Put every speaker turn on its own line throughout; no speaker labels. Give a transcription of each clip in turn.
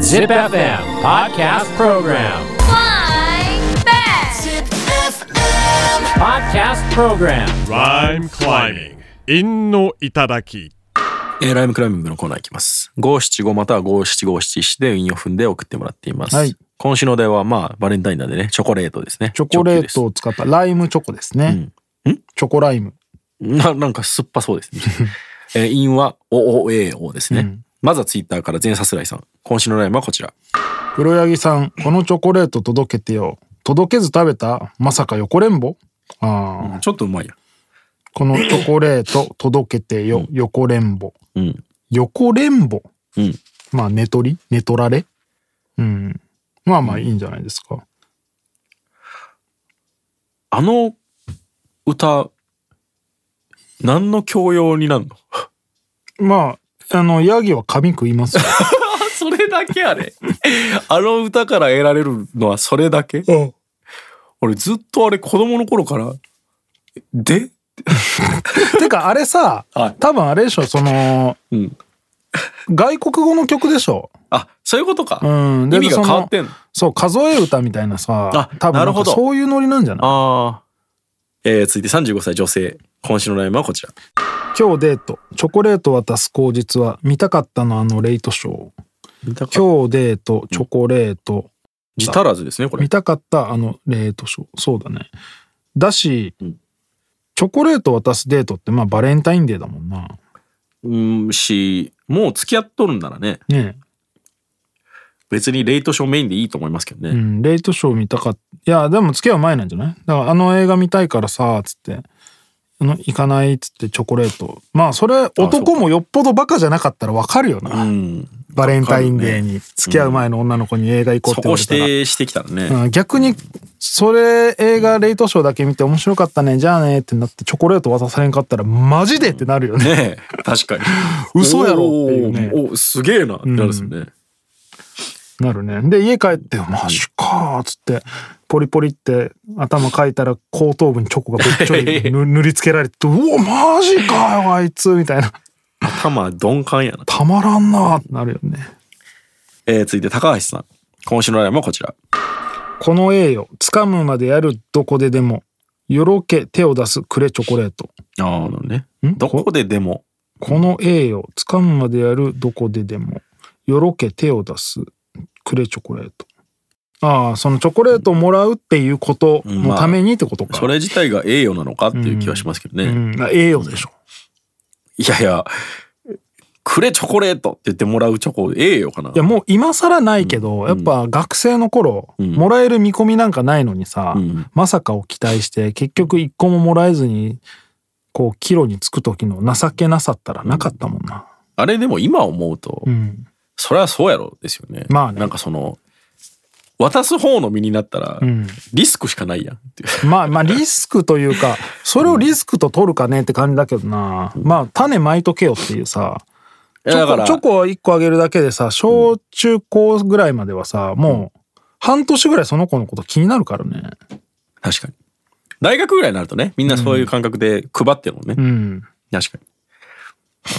Zip FM Podcast Program.
Flying back.
Podcast Program.
Rhyme climbing. 陰の頂き。
えーライムクライミングのコーナーいきます。575または575七七で韻を踏んで送ってもらっています。
はい
今週のお題は、まあ、バレンタインなんでね、チョコレートですね。
チョコレート
直
を使ったライムチョコですね。
うんん
チョコライム。
球です。ななんか酸っぱそうです ね。えー韻は、お、お、え、おですね。
うん
まずはツイッターから全さすらいさん。今週のライムはこちら。
黒柳さん、このチョコレート届けてよ。届けず食べたまさか横れんぼああ、
ちょっとうまいや。
このチョコレート届けてよ。横れんぼ。
うん。
横れんぼ。
うん。
まあ、寝取り寝取られうん。まあまあいいんじゃないですか。
あの歌、何の教養になるの
まあ、あの、ヤギは髪食いますよ。
それだけあれ。 あの歌から得られるのはそれだけ 俺ずっとあれ子供の頃から、で
てか、あれさ、
はい
多分あれでしょ、その、
うん
外国語の曲でしょ。
あ、そういうこと
う
か。
ん。
意味
そ
が
の
変わってんの。
そう、数え歌みたいなさ、
あ
多分
なる
ん
ほ
か
ど
そういうノリなんじゃない
ああ。えー、続いて35歳女性。今週のライムはこちら。
今日デート、チョコレート渡す口実は見たかったのあのレイトショー。
今日、
今日デート、チョコレート、
自足らずですね、これ
見。たかったあのレイトショー。そうだね。だし、
うん
チョコレート渡すデートってまあバレンタインデーだもんな。
うん、し、もう付き合っとるんならね、
ね
別にレイトショーメインでいいと思いますけど
え、う
ね。
ん、レイトショー見たかった。いや、でも付き合う前なんじゃないだからあの映画見たいからさ、つって。あの行かないっつってチョコレートまあそれ男もよっぽどバカじゃなかったらわかるよな
うん。
バレンタインデーに付き合う前の女の子に映画行こう
そ
って
こ
言わ
指
れたら、
定してきたらね。
うん逆にそれ映画レイトショーだけ見て面白かったねじゃあねってなってチョコレート渡されんかったらマジでってなるよね、
ねえ、確かに。
嘘やろっていうね
おーおーすげえなってなるんですよね。
なるねで家帰って「マジか」っつってポリポリって頭かいたら後頭部にチョコがぶっちょりぬ塗りつけられて「うおマジかよあいつ」みたいな
頭鈍感やな。
たまらんなーってなるよね
えー、続いて高橋さん。今週のライムはこちら。
この栄誉掴むまでやるどこででもよろけ手を出すくれチョコレート
ああ、なるほどね。
ん
どこででも。
この栄誉掴むまでやるどこででもよろけ手を出すくれチョコレートああそのチョコレートをもらうっていうことのためにってことか、
それ自体が栄誉なのかっていう気はしますけどね。
うんあ栄誉でしょ
いやいや、くれチョコレートって言ってもらうチョコ、栄誉かない
やもう今更ないけど、やっぱ学生の頃、
ん
もらえる見込みなんかないのにさ、
うん
まさかを期待して結局一個ももらえずにこう帰路につく時の情けなさったらなかったもんな、
あれでも今思うと、
うん、
それはそうやろですよね。
まあね
なんかその、渡す方の身になったら、
ん
リスクしかないやんっていう。
まあまあリスクというか、それをリスクと取るかねって感じだけどな。まあ種まいとけよっていうさ。
い
チ
やだか
ョ
ら
コチョコ1個あげるだけでさ、小中高ぐらいまではさ、もう半年ぐらいその子のこと気になるからね。
確かに。大学ぐらいになるとね、みんなそういう感覚で配ってるもんね。
うん。
確かに。い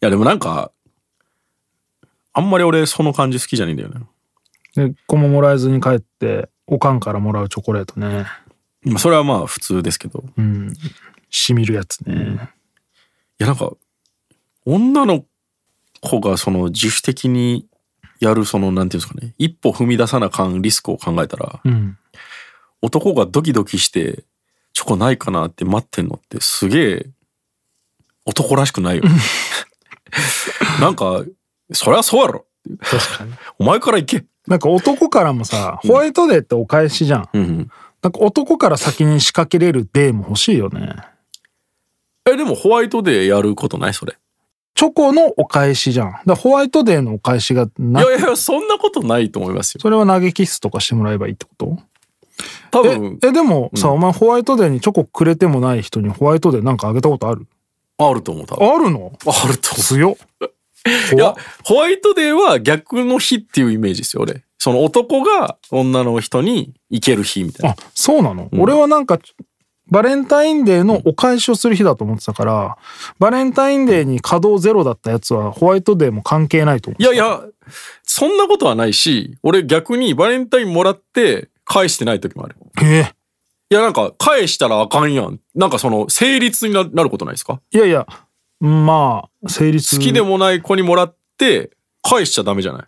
や、でもなんか、あんまり俺その感じ好きじゃないんだよね。
で、1個ももらえずに帰って、おかんからもらうチョコレートね。
まあ、それはまあ普通ですけど。い
うん。しみるやつね。
や、なんか、女の子がその自主的にやるその、なんていうんですかね、一歩踏み出さな感リスクを考えたら、
うん。
男がドキドキして、チョコないかなって待ってんのってすげえ、男らしくないよね。 なんか、そりゃそうやろ。
確かに。
お前から行け。
なんか男からもさ、ホワイトデーってお返しじゃん。
うんうん。
なんか男から先に仕掛けれるデーも欲しいよね。
え、でもホワイトデーやることないそれ。
チョコのお返しじゃん。だからホワイトデーのお返しが
い
な
やいや、そんなことないと思いますよ。
それは投げキッスとかしてもらえばいいってこと
多
え
分、
え、でもさ、お前ホワイトデーにチョコくれてもない人にホワイトデーなんかあげたことある
あると思う、多
あ
分。
るの
あると思
強っ。
う。い
怖
や
っ、
ホワイトデーは逆の日っていうイメージですよ、俺。その男が女の人に行ける日みたいな。
あ、そうなの、
うん
俺はなんか、バレンタインデーのお返しをする日だと思ってたから、バレンタインデーに稼働ゼロだったやつはホワイトデーも関係ないと思う
い。やいや、そんなことはないし、俺逆にバレンタインもらって返してない時もある。
ええ
いやなんか返したらあかんやん。なんかその成立にななることないですか
いやいや、まあ、成立。
好きで。もない子にもらって返しちゃダメじゃないあ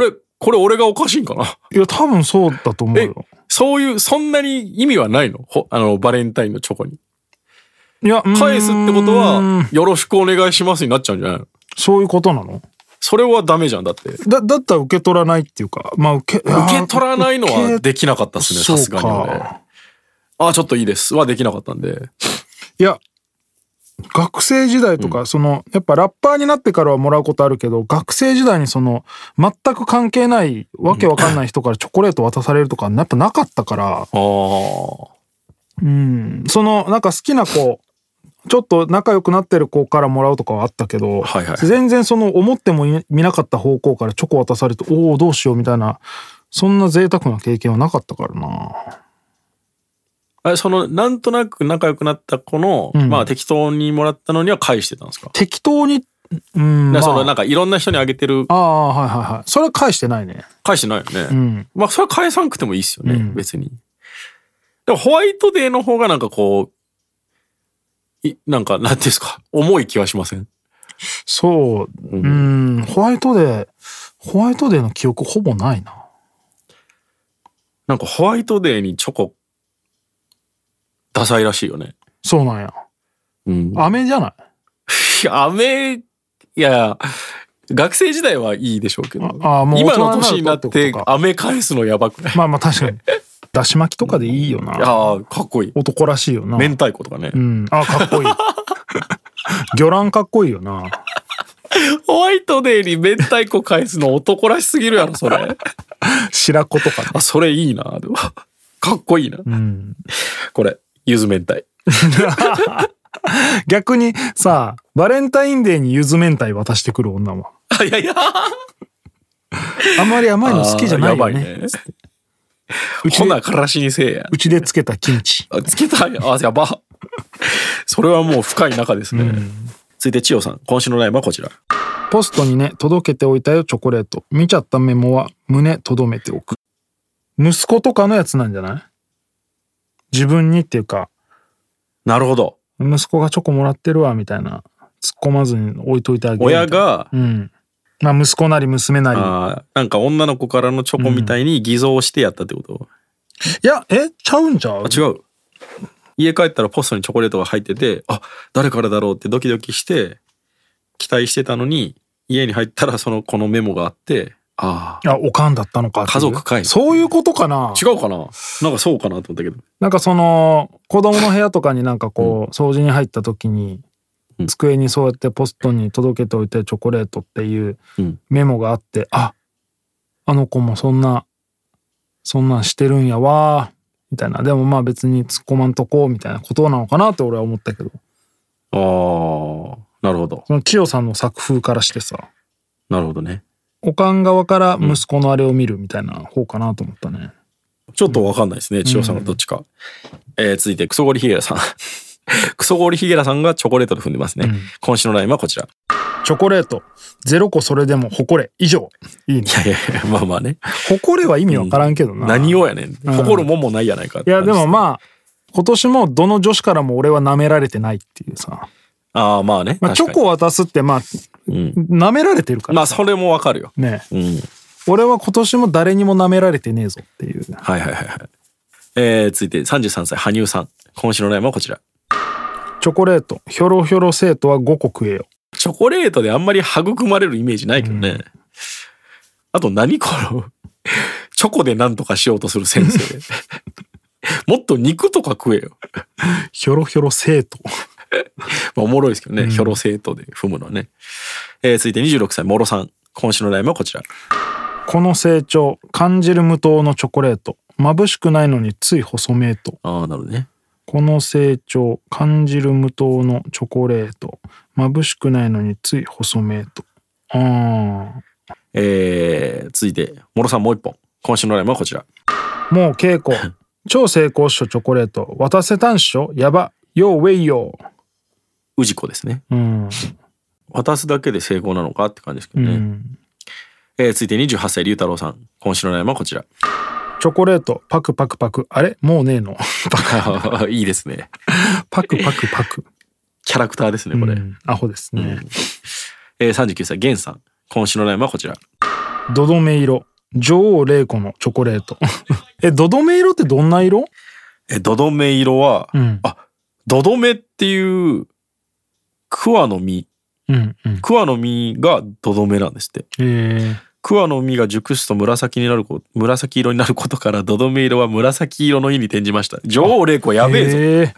れこれ俺がおかしいんかない
や、多分そうだと思う
え
よ。、
そういう、そんなに意味はないのほあの、バレンタインのチョコに。
いや、
返すってこと
うー
は
ん、
よろしくお願いしますになっちゃうんじゃないの
そういうことなの
それはダメじゃん、だって。受
だ、だったら受け取らないっていうか、まあ受け、受
け取らないのはできなかったですね、さすがに俺。ああ、ちょっといいです。はできなかったんで。
いや学生時代とか、そのやっぱラッパーになってからはもらうことあるけど学生時代にその全く関係ないわけわかんない人からチョコレート渡されるとかやっぱなかったから、
ああ。
うん、そのなんか好きな子ちょっと仲良くなってる子からもらうとかはあったけど、
はいはい
全然その思ってもい見なかった方向からチョコ渡されておおどうしようみたいなそんな贅沢な経験はなかったからな
あれその、なんとなく仲良くなった子の、
ん
まあ適当にもらったのには返してたんですか、
適当にうん
だからそ
ま
の
あ
なんかいろんな人にあげてる、
ああはいはいはいそれは返してないね
返してないよね。
うん
まあそれは返さなくてもいいですよね、
うん
別に。でもホワイトデーの方がなんかこう、いなんか、なんていうんですか、重い気はしません
そう、うん、ホワイトデー、ホワイトデーの記憶ほぼないな。
なんかホワイトデーにチョコ、ダサいらしいよね。
そうなんや。
うん。
飴じゃない
いや、飴、いや、学生時代はいいでしょうけど、
ああもう大
今の
人
年に
にな
な
る
っ
とっててことか
飴返すのやばくない
まあまあ確 かに。だし巻きとかでいいよ
いや
な。
ーかっこいい。
男らしいよな。
明太子とかね
う。ん。あ、かっこいい。魚卵かっこいいよな。
ホワイトデーに明太子返すの男らしすぎるやろ、それ。
白子とかね。
あ、それいいな、でも。かっこいいな。
うん。
これ、ゆず明太。
逆にさ、バレンタインデーにゆず明太渡してくる女は。
あ、いやいや。
あまり甘いの好きじゃないよ
あー
ね。
やばいね。
うち
ほな、
で、
からしにせえや。
うちでつけたキムチ。
あつけたい。あ、やば。それはもう深い中ですね。続いて、千代さん。今週のライブはこちら。
ポストにね、届けておいたよ、チョコレート。見ちゃったメモは胸とどめておく。息子とかのやつなんじゃない自分にっていうか、
なるほど。
息子がチョコもらってるわ、みたいな。突っ込まずに置いといてあげる。
親。が、
うん。まあ、息子なり娘なり。
あーなんか女の子からのチョコみたいに偽造してやったってこと、
いや、えちゃうんちゃう
あ違う家帰ったらポストにチョコレートが入っててあ誰からだろうってドキドキして期待してたのに家に入ったらそのこのメモがあってああ
あ、おかんだったのかっていう。
家族かい
そういうことかな
違うかななんかそうかなと思ったけど
なんかその、子供の部屋とかになんかこう、掃除に入った時に
うん、
机にそうやってポストに届けておいてチョコレートっていう
うん
メモがあって、あ、あの子もそんな、そんなんしてるんやわ、みたいな。でもまあ別に突っ込まんとこう、みたいなことなのかなって俺は思ったけど。
あーなるほど
その千代さんの作風からしてさ、
なるほどね
おかん側から息子のあれを見るみたいな方かなと思ったね。
ちょっとわかんないですね千代さんがどっちか、えー続いてクソゴリヒゲラさん クソゴリヒゲラさんがチョコレートで踏んでますね、
うん
今週のラインはこちら
チョコレート、ゼロ個それでも誇れ、以上。いいね
い。やいやいやまあまあね
誇れは意味わからんけどな。
何をやねん
うん
誇るもんもないやないか
いやでもまあ今年もどの女子からも俺は舐められてないっていうさ、
ああーまあね、
まあ、チョコ渡すってまあ
コ、うん
舐められてるから
まあそれもわかるよ。
ね
うん。
俺は今年も誰にも舐められてねえぞっていう
はいはいはいはい。えー、続いて33歳、羽生さん。今週のライブはこちら。
チョコレートひょろひょろ生徒は5個食えよ
チョコレートであんまり育まれるイメージないけどね。あと何この、チョコで何とかしようとする先 生。もっと肉とか食えよ。
ひょろひょろ生徒
まあ、おもろいですけどね。ひょろ生徒で踏むのはね。えー、続いて26歳、もろさん。今週のライブはこちら。
この成長感じる無糖のチョコレート眩しくないのについ細めえと
ああ、なるほどね。
この成長感じる無糖のチョコレート眩しくないのについ細めえとああ
えー、続いて、もろさんもう一本。今週のライブはこちら。
もう稽古超成功っしょチョコレート渡せたんっしょやばようウェイよ
氏子です ね。
う、うん
渡すだけで成功なのかって感じですけどね。
うん
えー続いて28歳、龍太郎さん。今週の悩みはこち ら。
チョコレートパクパクパクあれもうね えの
いいですね。
パクパクパク
キャラクター ですね、これ。
うんアホですね、
えー39歳、源さん。今週の悩みはこちら。
ドドメ色女王玲子のチョコレー トえドドメ色ってどんな色
えー、どどめ色は、
うん
あ、どどめっていう、桑の実。
うんうん
桑の実がどどめなんですって。
え
桑の実が熟すと紫になるこ紫色になることからどどめ色は紫色の意に転じました女王玲子
ー、
やべえぞ、
えー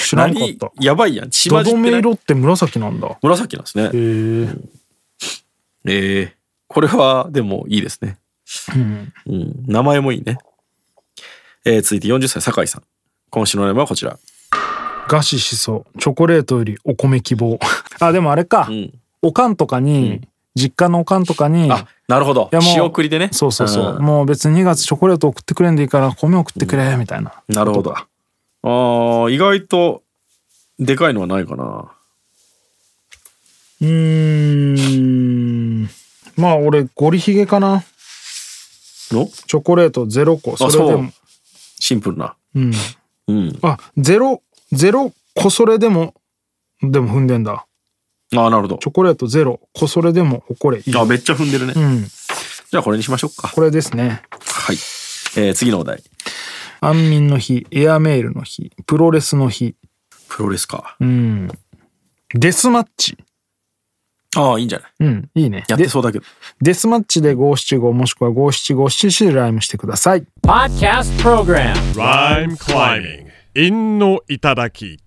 知らんかっ
何
た
やばいやん血
ド
混じっ
ド
て
メ
ない
色って紫なんだ
紫なんですね
えー
えーこれはでもいいですね、
うん
うん、名前もいいね、えー続いて40歳酒井さん今週の名前はこちら、
餓死しそうチョコレートよりお米希望 あでもあれか、
うん、
おかんとかに、実家のおかんとかに
あなるほど
いやもう
仕送りでね
そうそうそう、
ん
もう別に2月チョコレート送ってくれんでいいから米送ってくれみたいな、
なるほどあー意外とでかいのはないかな
うーんまあ俺ゴリヒゲかな
の
チョコレート0個それで
そう
も
シンプルな
うん
うん
あゼロゼロ個それでもでも踏んでんだ
ああなるほど
チョコレートゼロ個それでも誇れいい
あめっちゃ踏んでるね、
うん
じゃあこれにしましょうか
これですね
はい。えー次のお題。
安眠の日エアメールの日プロレスの日
プロレスか。
うんデスマッチ
ああ、いいんじゃない
うんいいね
やってそうだけど。
デスマッチで五七五もしくは五七五七七でライムしてください
Podcast Program.
Rhyme climbing. 韻の頂き。